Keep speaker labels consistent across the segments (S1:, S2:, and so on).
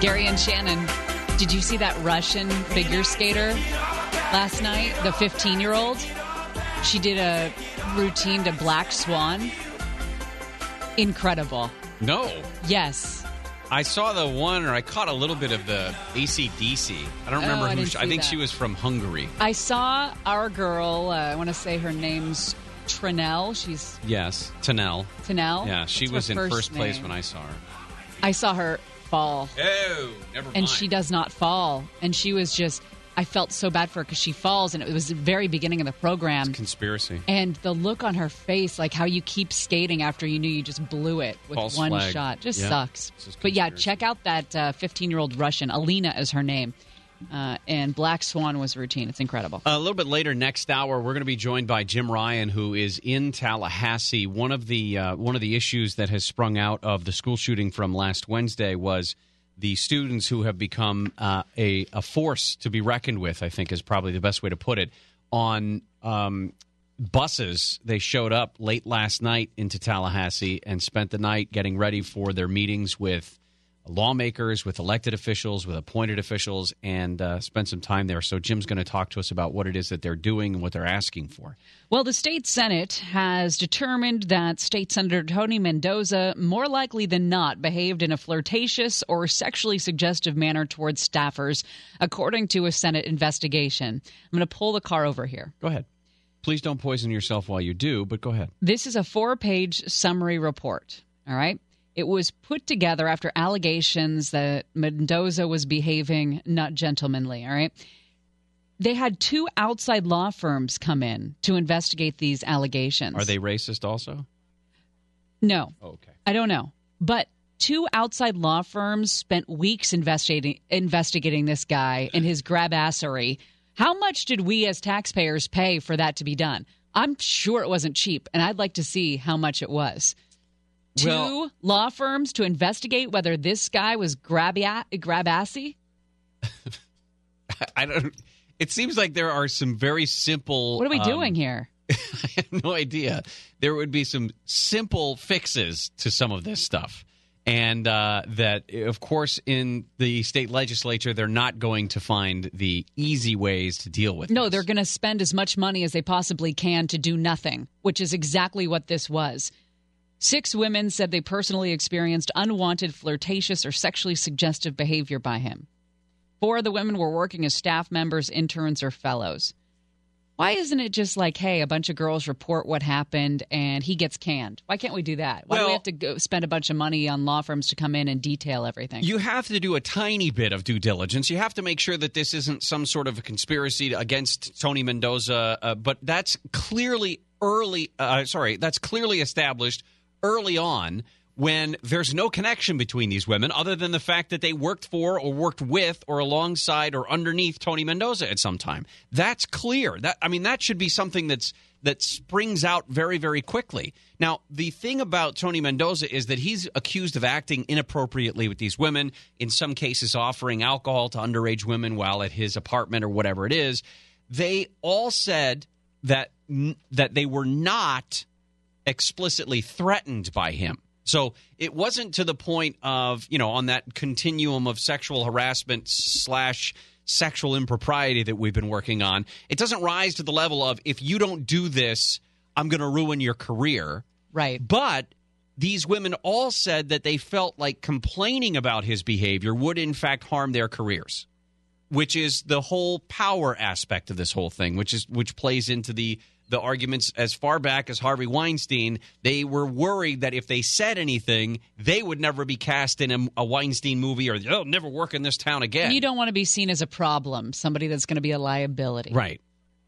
S1: Gary and Shannon, did you see that Russian figure skater last night? The 15 year old? She did a routine to Black Swan. Incredible.
S2: No.
S1: Yes.
S2: I saw the one, or I caught a little bit of the ACDC. I don't
S1: Oh,
S2: remember
S1: I
S2: who.
S1: didn't
S2: She, I
S1: see
S2: think
S1: that.
S2: she was from Hungary.
S1: I saw our girl, uh, I want to say her name's Trinell. She's
S2: Yes, Tanel.
S1: Tanel.
S2: Yeah, she
S1: Oh, That's her
S2: was in first place when
S1: name.
S2: I saw her.
S1: I saw her fall.
S2: Oh, never mind.
S1: and she does not fall. And she was just, I felt so bad for her because she falls, and it was the very beginning of the program.
S2: Conspiracy.
S1: And the look on her face, like how you keep skating after you knew you just blew it with
S2: False
S1: one
S2: flag.
S1: shot, just
S2: Yeah.
S1: sucks.
S2: This is
S1: But yeah,
S2: conspiracy.
S1: check out that 15 year old Russian. Alina is her name. Uh, and Black Swan was routine. It's incredible.
S2: A little bit later next hour, we're going to be joined by Jim Ryan, who is in Tallahassee. One of the uh, one of the issues that has sprung out of the school shooting from last Wednesday was the students who have become uh, a a force to be reckoned with. I think is probably the best way to put it. On um, buses, they showed up late last night into Tallahassee and spent the night getting ready for their meetings with lawmakers, with elected officials, with appointed officials, and uh, spend some time there. So Jim's going to talk to us about what it is that they're doing and what they're asking for.
S1: Well, the state Senate has determined that State Senator Tony Mendoza more likely than not behaved in a flirtatious or sexually suggestive manner towards staffers, according to a Senate investigation. I'm going to pull the car over here.
S2: Go ahead. Please don't poison yourself while you do, but go ahead.
S1: This is a four page summary report. All right. It was put together after allegations that Mendoza was behaving not gentlemanly. All right. They had two outside law firms come in to investigate these allegations.
S2: Are they racist also?
S1: No,
S2: Oh, okay.
S1: I don't know. But two outside law firms spent weeks investigating investigating this guy and his grabassery. How much did we as taxpayers pay for that to be done? I'm sure it wasn't cheap, and I'd like to see how much it was. Two
S2: Well-
S1: law firms to investigate whether this guy was grabby, grabassy.
S2: I don't. It seems like there are some very simple.
S1: What are we
S2: um,
S1: doing here?
S2: I have no idea. There would be some simple fixes to some of this stuff. And uh, that, of course, in the state legislature, they're not going to find the easy ways to deal with
S1: No,
S2: this.
S1: they're going to spend as much money as they possibly can to do nothing, which is exactly what this was. Six women said they personally experienced unwanted, flirtatious, or sexually suggestive behavior by him. Four of the women were working as staff members, interns, or fellows. Why isn't it just like, hey, a bunch of girls report what happened and he gets canned? Why can't we do that? Why do
S2: Well-
S1: we have to go spend a bunch of money on law firms to come in and detail everything?
S2: You have to do a tiny bit of due diligence. You have to make sure that this isn't some sort of a conspiracy against Tony Mendoza. Uh, but that's clearly early. Uh, sorry, that's clearly established early on when there's no connection between these women other than the fact that they worked for or worked with or alongside or underneath Tony Mendoza at some time. That's clear. That I mean, that should be something that's that springs out very, very quickly. Now, the thing about Tony Mendoza is that he's accused of acting inappropriately with these women, in some cases, offering alcohol to underage women while at his apartment or whatever it is. They all said that that they were not explicitly threatened by him. So it wasn't to the point of, you know, on that continuum of sexual harassment slash sexual impropriety that we've been working on. It doesn't rise to the level of, if you don't do this, I'm going to ruin your career.
S1: right.
S2: But these women all said that they felt like complaining about his behavior would, in fact, harm their careers, which is the whole power aspect of this whole thing, which is which plays into the the arguments as far back as Harvey Weinstein. They were worried that if they said anything, they would never be cast in a, a Weinstein movie or they'll never work in this town again.
S1: And you don't want to be seen as a problem, somebody that's going to be a liability.
S2: Right.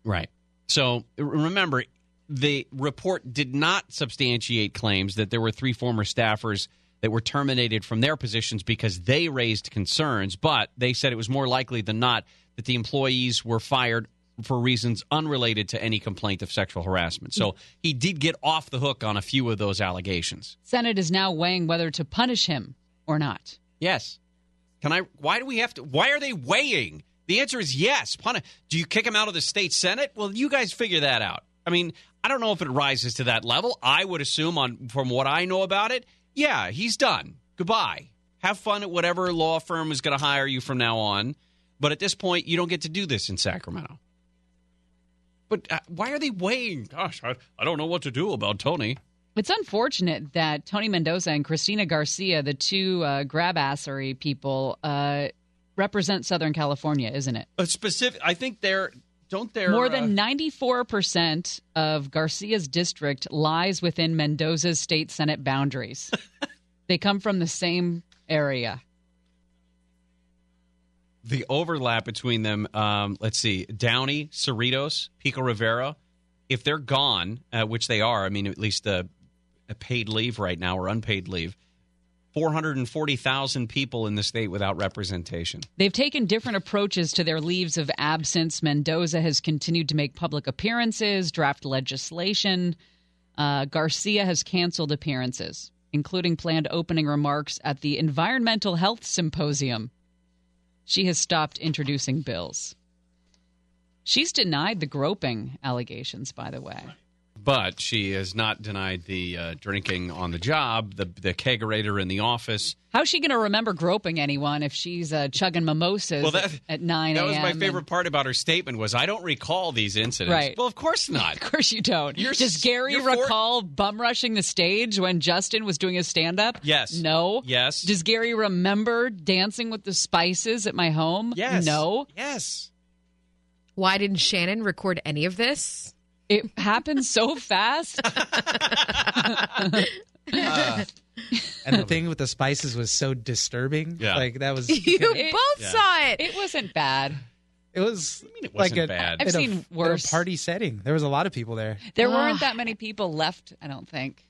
S2: Right. So r- remember, the report did not substantiate claims that there were three former staffers that were terminated from their positions because they raised concerns, but they said it was more likely than not that the employees were fired for reasons unrelated to any complaint of sexual harassment. So he did get off the hook on a few of those allegations.
S1: Senate is now weighing whether to punish him or not.
S2: Yes. Can I? Why do we have to? Why are they weighing? The answer is yes. Puni- do you kick him out of the state senate? Well, you guys figure that out. I mean, I don't know if it rises to that level. I would assume, on from what I know about it, yeah, he's done. Goodbye. Have fun at whatever law firm is going to hire you from now on. But at this point, you don't get to do this in Sacramento. But uh, why are they weighing? Gosh, I, I don't know what to do about Tony.
S1: It's unfortunate that Tony Mendoza and Christina Garcia, the two uh, grabassery people, uh, represent Southern California, isn't it?
S2: A specific, I think they're uh, don't they
S1: More than 94% of Garcia's district lies within Mendoza's state Senate boundaries. they come from the same area.
S2: the overlap between them. Um, let's see, Downey, Cerritos, Pico Rivera. If they're gone, uh, which they are, I mean, at least uh, a paid leave right now or unpaid leave. Four hundred and forty thousand people in the state without representation.
S1: They've taken different approaches to their leaves of absence. Mendoza has continued to make public appearances, draft legislation. Uh, Garcia has canceled appearances, including planned opening remarks at the Environmental Health Symposium. She has stopped introducing bills. She's denied the groping allegations, by the way.
S2: but she has not denied the uh, drinking on the job, the the kegerator in the office.
S1: How's she going to remember groping anyone if she's uh, chugging mimosas
S2: Well, that-
S1: at 9
S2: That
S1: a.m.?
S2: was my favorite
S1: and-
S2: part about her statement was I don't recall these incidents.
S1: Right.
S2: Well, of course not.
S1: of course you don't.
S2: You're
S1: Does
S2: s-
S1: Gary
S2: you're for-
S1: recall bum rushing the stage when Justin was doing his stand up?
S2: Yes.
S1: No.
S2: Yes.
S1: Does Gary remember dancing with the spices at my home?
S2: yes.
S1: No.
S2: Yes.
S3: Why didn't Shannon record any of this?
S1: It happened so fast.
S4: And the thing with the spices was so disturbing.
S2: Yeah.
S4: Like that was
S3: You
S1: It-
S3: both
S2: Yeah.
S3: saw it.
S1: It wasn't bad.
S4: it was
S2: mean it
S4: like
S2: wasn't
S4: a,
S2: bad?
S1: I've
S4: in a-
S1: seen
S4: in a
S1: worse.
S4: party setting. There was a lot of people there.
S1: There
S3: Ah.
S1: weren't that many people left, I don't think.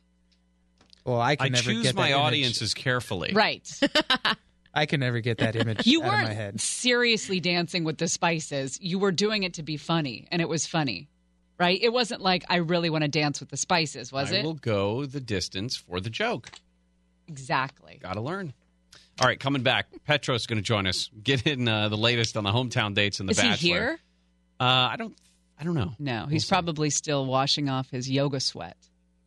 S4: Well, I can
S2: I
S4: never
S2: choose
S4: get
S2: my
S4: that image.
S2: audiences carefully.
S1: Right.
S4: I can never get that image
S1: You
S4: out of my
S1: weren't
S4: head.
S1: seriously dancing with the spices. You were doing it to be funny, and it was funny, right? It wasn't like I really want to dance with the spices, was
S2: I
S1: it?
S2: will go the distance for the joke.
S1: Exactly.
S2: Got to learn. All right, coming back. Petro's going to join us. Get in uh, the latest on the hometown dates and the
S1: Is
S2: Bachelor.
S1: he here?
S2: Uh, I don't. I don't know.
S1: No,
S2: We'll
S1: he's
S2: see.
S1: probably still washing off his yoga sweat.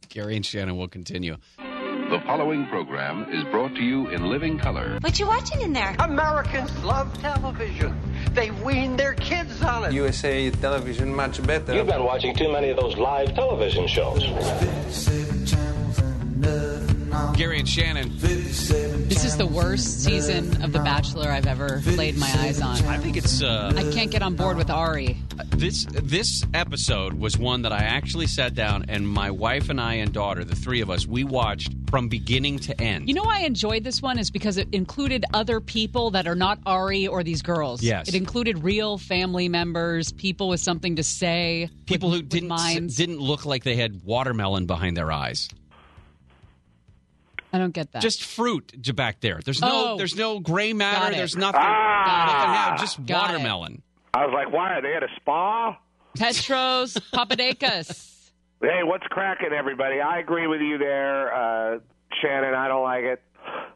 S2: Gary and Shannon will continue.
S5: The following program is brought to you in living color.
S6: What you watching in there?
S7: Americans love television. They wean their kids on it.
S8: USA television much better.
S9: You've been watching too many of those live television shows.
S2: Gary and Shannon.
S1: This is the worst season of The Bachelor I've ever laid my eyes on.
S2: I think it's. Uh,
S1: I can't get on board with Ari.
S2: This this episode was one that I actually sat down and my wife and I and daughter, the three of us, we watched from beginning to end.
S1: You know why I enjoyed this one is because it included other people that are not Ari or these girls.
S2: Yes.
S1: It included real family members, people with something to say.
S2: people who
S1: with
S2: didn't
S1: minds.
S2: didn't look like they had watermelon behind their eyes.
S1: I don't get that.
S2: Just fruit j- back there. There's no
S1: Oh.
S2: there's no gray
S1: Got
S2: matter.
S1: it. Ah,
S2: There's nothing. nothing now, just
S1: Got it.
S2: watermelon.
S10: I was like, why are they at a spa?
S1: Petros Papadakis.
S10: Hey, what's cracking, everybody? I agree with you there, uh, Shannon. I don't like it.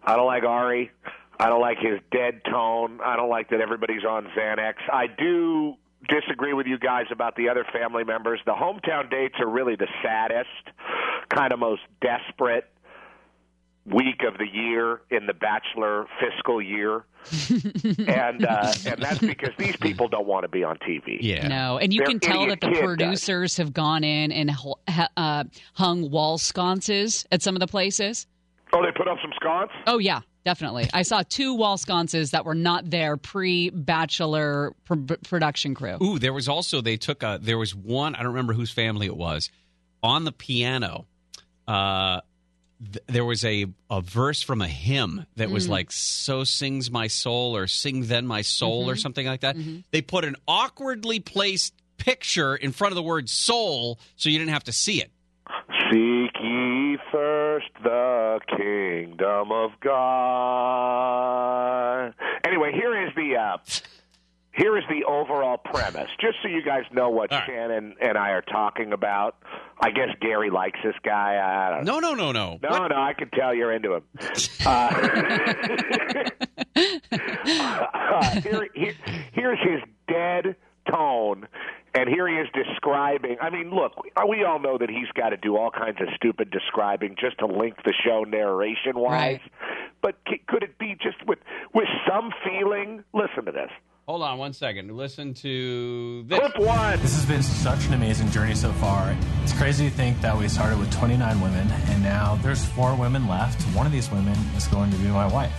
S10: I don't like Ari. I don't like his dead tone. I don't like that everybody's on Xanax. I do disagree with you guys about the other family members. The hometown dates are really the saddest, kind of most desperate week of the year in the bachelor fiscal year. and uh, and that's because these people don't want to be on TV.
S2: Yeah.
S1: No, and you
S10: They're
S1: can tell that
S10: idiot
S1: the
S10: kid guys.
S1: producers have gone in and hu- ha- uh, hung wall sconces at some of the places.
S10: Oh, they put up some sconce?
S1: Oh yeah, definitely. I saw two wall sconces that were not there pre-Bachelor pr- production crew.
S2: Ooh, there was also they took a there was one I don't remember whose family it was on the piano. Uh, th- there was a a verse from a hymn that
S1: Mm-hmm.
S2: was like "So sings my soul" or "Sing then my soul"
S1: Mm-hmm.
S2: or something like that. They put an awkwardly placed picture in front of the word "soul" so you didn't have to see it.
S10: Seek ye first the kingdom of God. Anyway, here is the uh, here is the overall premise. Just so you guys know what
S2: All right.
S10: Shannon and I are talking about. I guess Gary likes this guy. I don't know.
S2: No, no, no, no.
S10: No,
S2: What?
S10: no, I can tell you're into him. Uh, here, here, here's his dead tone, and here he is describing. I mean, look, we all know that he's got to do all kinds of stupid describing just to link the show narration wise.
S1: Right.
S10: But c- could it be just some feeling. Listen to this.
S2: Hold on one second. Listen to this.
S10: Clip one.
S6: This has been such an amazing journey so far. It's crazy to think that we started with 29 women, and now there's four women left. One of these women is going to be my wife.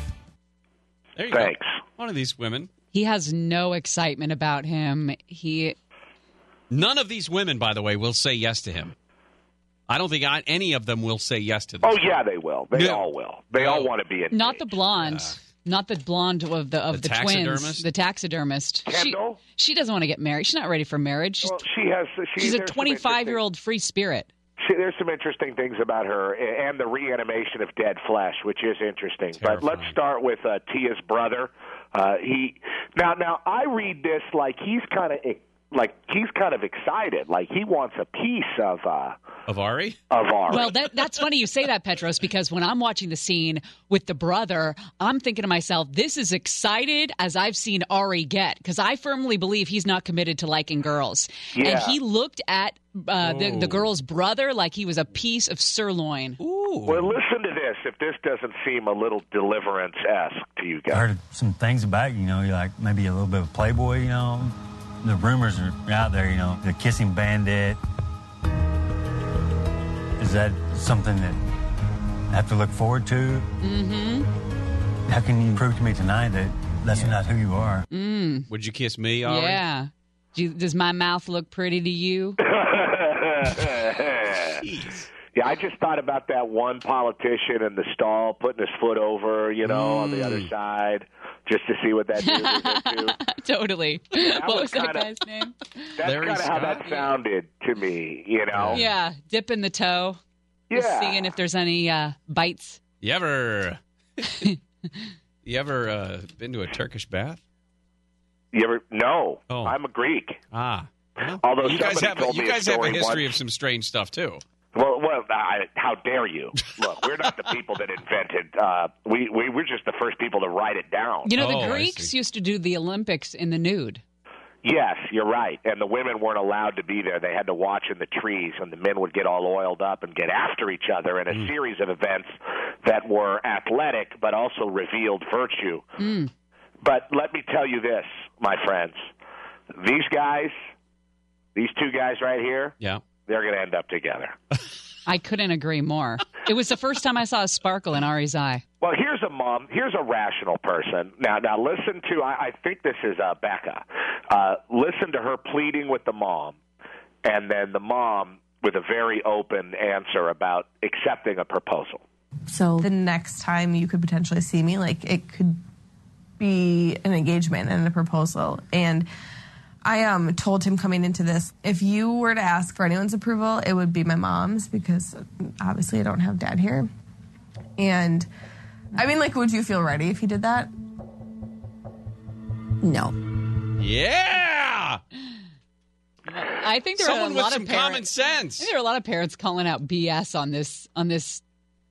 S2: There you
S10: Thanks.
S2: go. One of these women.
S1: He has no excitement about him. He
S2: None of these women, by the way, will say yes to him. I don't think I, any of them will say yes to this.
S10: Oh yeah, they will. They
S2: No.
S10: all will. They all want to be in.
S1: not the blonde. Not the blonde of the of
S2: The
S1: the, twins,
S2: taxidermist?
S1: the taxidermist. She-
S10: Kendall?
S1: She, doesn't want to get married. She's not ready for marriage. She's,
S10: Well, she has. She,
S1: she's a
S10: there's some
S1: 25 year
S10: interesting-
S1: old free spirit.
S10: She, there's some interesting things about her a- and the reanimation of dead flesh, which is interesting. But let's start with uh, Tia's brother. Uh, he now now I read this like he's kind of like he's kind of excited, like he wants a piece of uh,
S2: Avari?
S10: of our.
S1: Well, that, that's funny you say that, Petros, because when I'm watching the scene with the brother, I'm thinking to myself, this is excited as I've seen Ari get, because I firmly believe he's not committed to liking girls. And
S10: Yeah.
S1: he looked at uh, the, the girl's brother like he was a piece of sirloin.
S2: Ooh.
S10: well, listen to this. If this doesn't seem a little deliverance esque to you
S6: I
S10: guys,
S6: heard some things about, you know, you're like maybe a little bit of Playboy, you know. The rumors are out there, you know, the kissing bandit. Is that something that I have to look forward to? Mm-hmm. How can you prove to me tonight that that's not who you are?
S2: Would you kiss me, Ari?
S1: Yeah. Do, does my mouth look pretty to you?
S10: Yeah, I just thought about that one politician in the stall putting his foot over, you know, on the
S2: Mm.
S10: other side, just to see what that dude was into.
S1: totally.
S10: was
S1: what was that
S10: kinda-
S1: guy's name?
S10: That's
S2: Larry
S10: kind of how that
S2: Scott?
S10: sounded to me, you know.
S1: Yeah, dipping the toe. Just
S10: Yeah.
S1: Seeing if there's any uh, bites.
S2: You ever, you ever uh, been to a Turkish bath?
S10: You ever? No,
S2: Oh.
S10: I'm a Greek.
S2: Ah. Well,
S10: Although
S2: you guys
S10: somebody
S2: have,
S10: told
S2: you
S10: me a
S2: guys have a
S10: story
S2: history
S10: once-
S2: of some strange stuff, too.
S10: Well, well, I, how dare you? Look, we're not the people that invented. Uh, we we we're just the first people to write it down.
S1: You know,
S2: Oh, I
S1: the Greeks
S2: see.
S1: used to do the Olympics in the nude.
S10: Yes, you're right. And the women weren't allowed to be there. They had to watch in the trees, and the men would get all oiled up and get after each other in a series of events that were athletic but also revealed virtue. But let me tell you this, my friends. These guys, these two guys right here,
S2: Yeah.
S10: they're going to end up together.
S1: I couldn't agree more. It was the first time I saw a sparkle in Ari's eye.
S10: Well, here's a mom. Here's a rational person. Now, now listen to. I, I think this is uh, Becca. Uh, listen to her pleading with the mom, and then the mom with a very open answer about accepting a proposal.
S11: So the next time you could potentially see me, like it could be an engagement and a proposal. And I um told him coming into this, if you were to ask for anyone's approval, it would be my mom's because obviously I don't have dad here. And I mean, like, would you feel ready if he did that?
S3: No.
S2: Yeah.
S1: I think there
S2: Someone
S1: are a
S2: with
S1: lot
S2: some
S1: of
S2: common
S1: parents. I
S2: sense.
S1: think there are a lot of parents calling out BS on this on this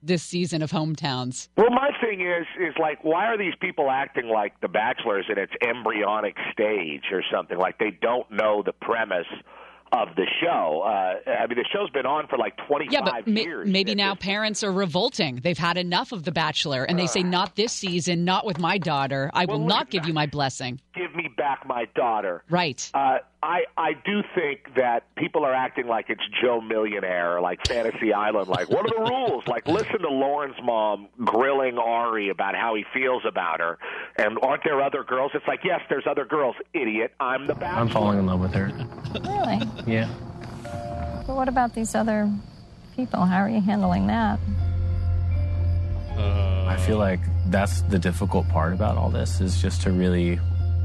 S1: this season of hometowns.
S10: Well, my thing is, is like, why are these people acting like The Bachelor's in its embryonic stage or something? Like they don't know the premise of the show. Uh, I mean, the show's been on for like twenty-five
S1: Yeah, but ma-
S10: years.
S1: maybe
S10: at
S1: now
S10: this
S1: parents are revolting. They've had enough of The Bachelor, and they say, "Not this season, not with my daughter. I will
S10: Well,
S1: not
S10: look,
S1: give you my blessing."
S10: Give me back my daughter.
S1: Right.
S10: Uh, I I do think that people are acting like it's Joe Millionaire, or like Fantasy Island. Like, what are the rules? Like, listen to Lauren's mom grilling Ari about how he feels about her, and aren't there other girls? It's like, yes, there's other girls. Idiot, I'm the bad.
S6: I'm falling in love with her.
S11: Really?
S6: Yeah.
S11: But what about these other people? How are you handling that?
S6: I feel like that's the difficult part about all this is just to really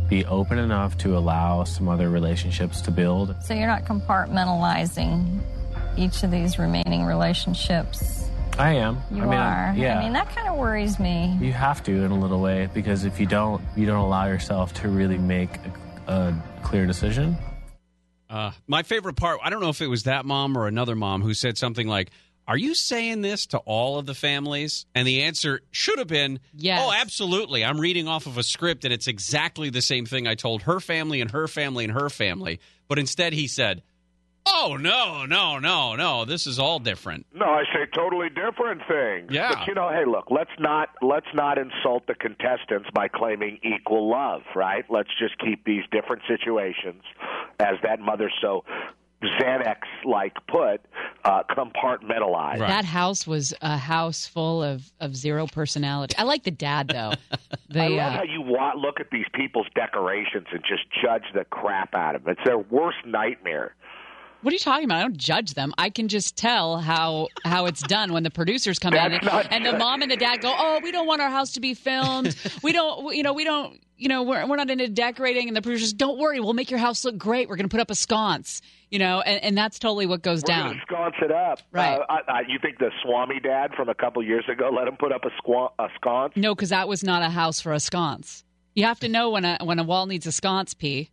S6: be open enough to allow some other relationships to build.
S11: So you're not compartmentalizing each of these remaining relationships.
S6: I am.
S11: You
S6: I mean,
S11: are.
S6: I, yeah.
S11: I mean, that kind of worries me.
S6: you have to in a little way because if you don't, you don't allow yourself to really make a, a clear decision.
S2: Uh, my favorite part, I don't know if it was that mom or another mom who said something like, Are you saying this to all of the families? And the answer should have been,
S1: Yes.
S2: Oh, absolutely. I'm reading off of a script and it's exactly the same thing I told her family and her family and her family. But instead, he said, Oh no, no, no, no! This is all different.
S10: No, I say totally different things.
S2: Yeah.
S10: But you know, hey, look, let's not let's not insult the contestants by claiming equal love, right? Let's just keep these different situations, as that mother so Xanax like put, uh, compartmentalized.
S1: That house was a house full of, of zero personality. I like the dad though.
S10: I
S1: They,
S10: love
S1: uh,
S10: how you wa- look at these people's decorations and just judge the crap out of them. It's their worst nightmare.
S1: what are you talking about? I don't judge them. I can just tell how how it's done when the producers come in and,
S10: not
S1: and the
S10: judge-
S1: mom and the dad go, "Oh, we don't want our house to be filmed. We don't, you know, we don't, you know, we're we're not into decorating." And the producers, "Don't worry, we'll make your house look great. We're going to put up a sconce." You know, and, and that's totally what goes
S10: We're
S1: down.
S10: gonna sconce it up.
S1: Right.
S10: Uh, I, I, you think the Swami dad from a couple years ago let him put up a, squa- a sconce?
S1: No, because that was not a house for a sconce. You have to know when a when a wall needs a sconce. P.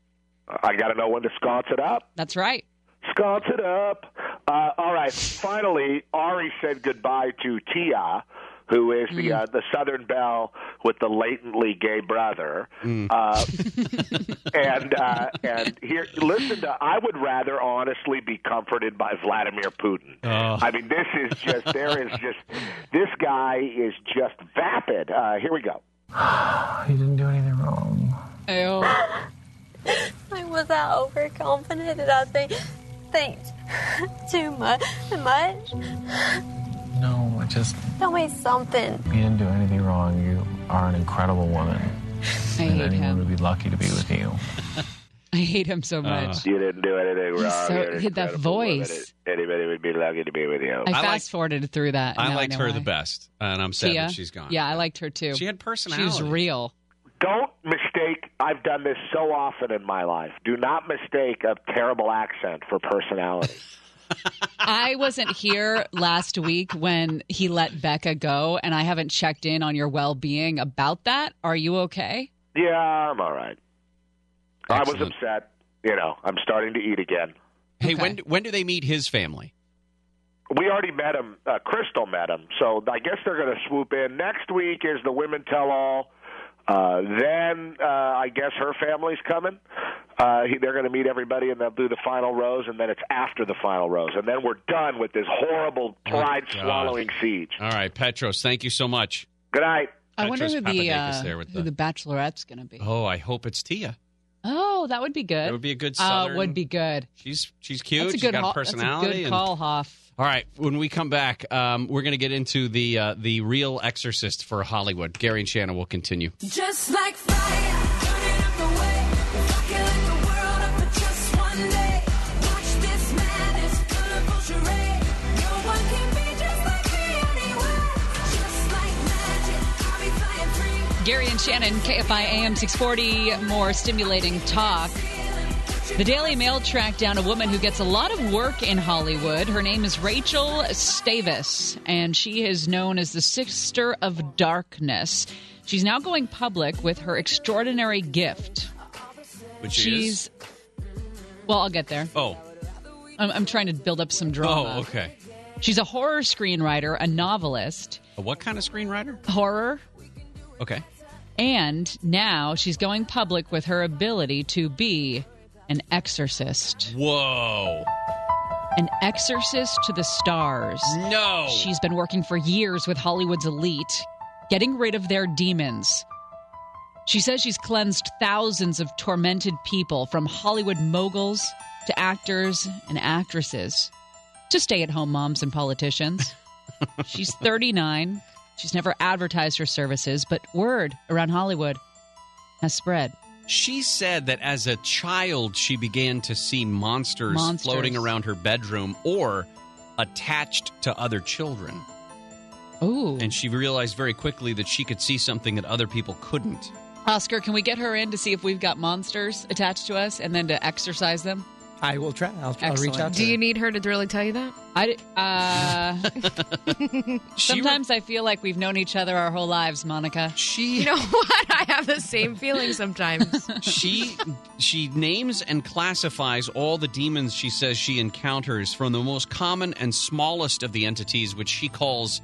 S10: I got to know when to sconce it up.
S1: That's right.
S10: Sconce it up. Uh, all right. Finally, Ari said goodbye to Tia, who is the uh, the Southern Belle with the latently gay brother. Uh, and uh, and here, listen to. I would rather honestly be comforted by Vladimir Putin. I mean, this is just there is just this guy is just vapid. Uh, here we go.
S6: You didn't do anything wrong.
S1: Oh,
S12: Like, was I overconfident? Did I think think too much? Too much?
S6: No, I just.
S12: Tell me something.
S6: You didn't do anything wrong. You are an incredible woman.
S1: I
S6: and
S1: hate
S6: anyone
S1: him.
S6: would be lucky to be with you.
S1: I hate him
S2: Uh,
S1: so much.
S10: You didn't do anything wrong.
S1: He's so-
S10: You're an
S1: he had that
S10: incredible woman.
S1: voice.
S10: Anybody would be lucky to be with you.
S1: I,
S2: I
S1: fast
S2: liked-
S1: forwarded through that.
S2: I
S1: Now
S2: liked
S1: know
S2: her
S1: why.
S2: the best, and I'm sad
S1: Tia?
S2: that she's gone.
S1: Yeah, I liked her too.
S2: She had
S1: She was
S2: personality.
S1: real.
S10: Don't mistake. I've done this so often in my life. Do not mistake a terrible accent for personality.
S1: I wasn't here last week when he let Becca go, and I haven't checked in on your well being about that. Are you okay?
S10: yeah, I'm all right. I was
S2: Excellent.
S10: upset. You know, I'm starting to eat again.
S2: Hey,
S1: Okay.
S2: when when do they meet his family?
S10: We already met him. Uh, Crystal met him, so I guess they're going to swoop in next week. Is the women tell all? Uh, then uh, I guess her family's coming. Uh, he, they're going to meet everybody, and they'll do the final rose, and then it's after the final rose, and then we're done with this horrible
S2: Oh, God.
S10: pride-swallowing siege.
S2: All right, Petros. Thank you so much.
S10: Good night.
S1: I wonder
S2: Petros
S1: who the,
S2: Papadakis
S1: uh,
S2: there with
S1: who the
S2: the-
S1: bachelorette's going to be.
S2: Oh, I hope it's Tia.
S1: Oh, that would be good.
S2: That would be a good
S1: Uh,
S2: southern.
S1: would be good.
S2: She's she's cute.
S1: That's a
S2: she's
S1: good,
S2: got
S1: ho-
S2: a personality.
S1: That's a good
S2: and-
S1: call, Hoff.
S2: all right, when we come back, um, we're going to get into the uh, the real exorcist for Hollywood. Gary and Shannon will continue.
S13: Just like fire, burn it up the way. If I could light the world up for just one day, watch this madness, colorful charade. No one can be just like me anyway. Just like magic, I'll be flying free.
S1: Gary and Shannon, KFI AM 640, more stimulating talk. The Daily Mail tracked down a woman who gets a lot of work in Hollywood. Her name is Rachel Stavis, and she is known as the Sister of Darkness. She's now going public with her extraordinary gift.
S2: Which is
S1: She's. Well, I'll get there.
S2: oh
S1: I'm, I'm trying to build up some drama.
S2: oh okay.
S1: She's a horror screenwriter, a novelist,
S2: A What kind of screenwriter?
S1: horror
S2: Okay.
S1: And now she's going public with her ability to be an exorcist.
S2: Whoa.
S1: An exorcist to the stars.
S2: No.
S1: She's been working for years with Hollywood's elite, getting rid of their demons. She says she's cleansed thousands of tormented people, from Hollywood moguls to actors and actresses to stay at home moms and politicians. she's 39. She's never advertised her services, but word around Hollywood has spread.
S2: She said that as a child, she began to see monsters,
S1: Monsters.
S2: floating around her bedroom or attached to other children.
S1: Ooh.
S2: And she realized very quickly that she could see something that other people couldn't.
S1: Oscar, can we get her in to see if we've got monsters attached to us and then to exorcise them?
S4: I will try. I'll, I'll reach out
S1: Excellent.
S4: to
S3: Do
S4: her.
S3: you need her to really tell you that?
S1: I, uh,
S2: She re-
S1: sometimes I feel like we've known each other our whole lives, Monica.
S2: she
S3: You know what? I have the same feeling sometimes.
S2: she she names and classifies all the demons she says she encounters from the most common and smallest of the entities which she calls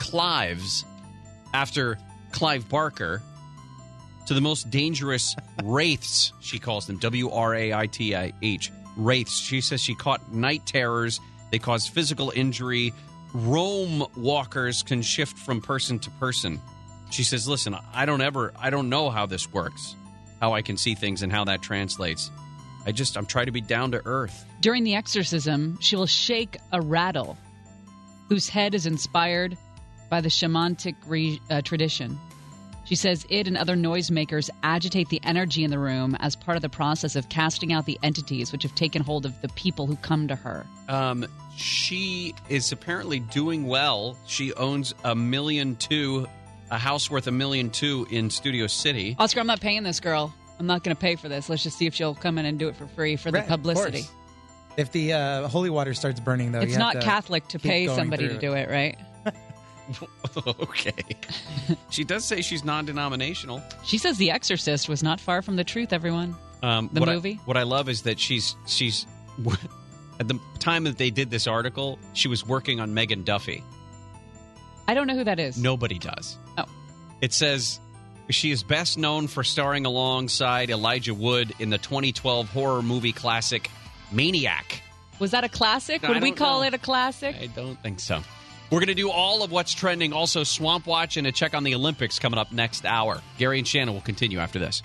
S2: clives after clive barker to the most dangerous wraiths she calls them w-r-a-i-t-i-h wraiths. She says she caught night terrors. They cause physical injury. Rome walkers can shift from person to person. She says, "Listen, I don't ever, I don't know how this works, how I can see things, and how that translates. I just, I'm trying to be down to earth."
S1: During the exorcism, she will shake a rattle whose head is inspired by the shamanic re- uh, tradition. She says it and other noisemakers agitate the energy in the room as part of the process of casting out the entities which have taken hold of the people who come to her.
S2: Um, she is apparently doing well. She owns a million two, a house worth a million two in Studio City.
S1: Oscar, I'm not paying this girl. I'm not going to pay for this. Let's just see if she'll come in and do it for free for the
S4: Right, of
S1: publicity.
S4: course. If the uh, holy water starts burning, though,
S1: it's
S4: you have
S1: not
S4: to
S1: Catholic to
S4: keep
S1: pay
S4: going
S1: somebody
S4: through
S1: to do it, right?
S2: okay. she does say she's non-denominational.
S1: She says The Exorcist was not far from the truth, everyone.
S2: Um,
S1: The
S2: what I-
S1: movie?
S2: what I love is that she's she's at the time that they did this article, she was working on Megan Duffy.
S1: I don't know who that is.
S2: Nobody does.
S1: Oh.
S2: It says she is best known for starring alongside Elijah Wood in the 2012 horror movie classic Maniac.
S1: Was that a classic?
S2: No, I
S1: Would we
S2: don't
S1: call
S2: know.
S1: it a classic?
S2: I don't think so. We're going to do all of what's trending, also Swamp Watch, and a check on the Olympics coming up next hour. Gary and Shannon will continue after this.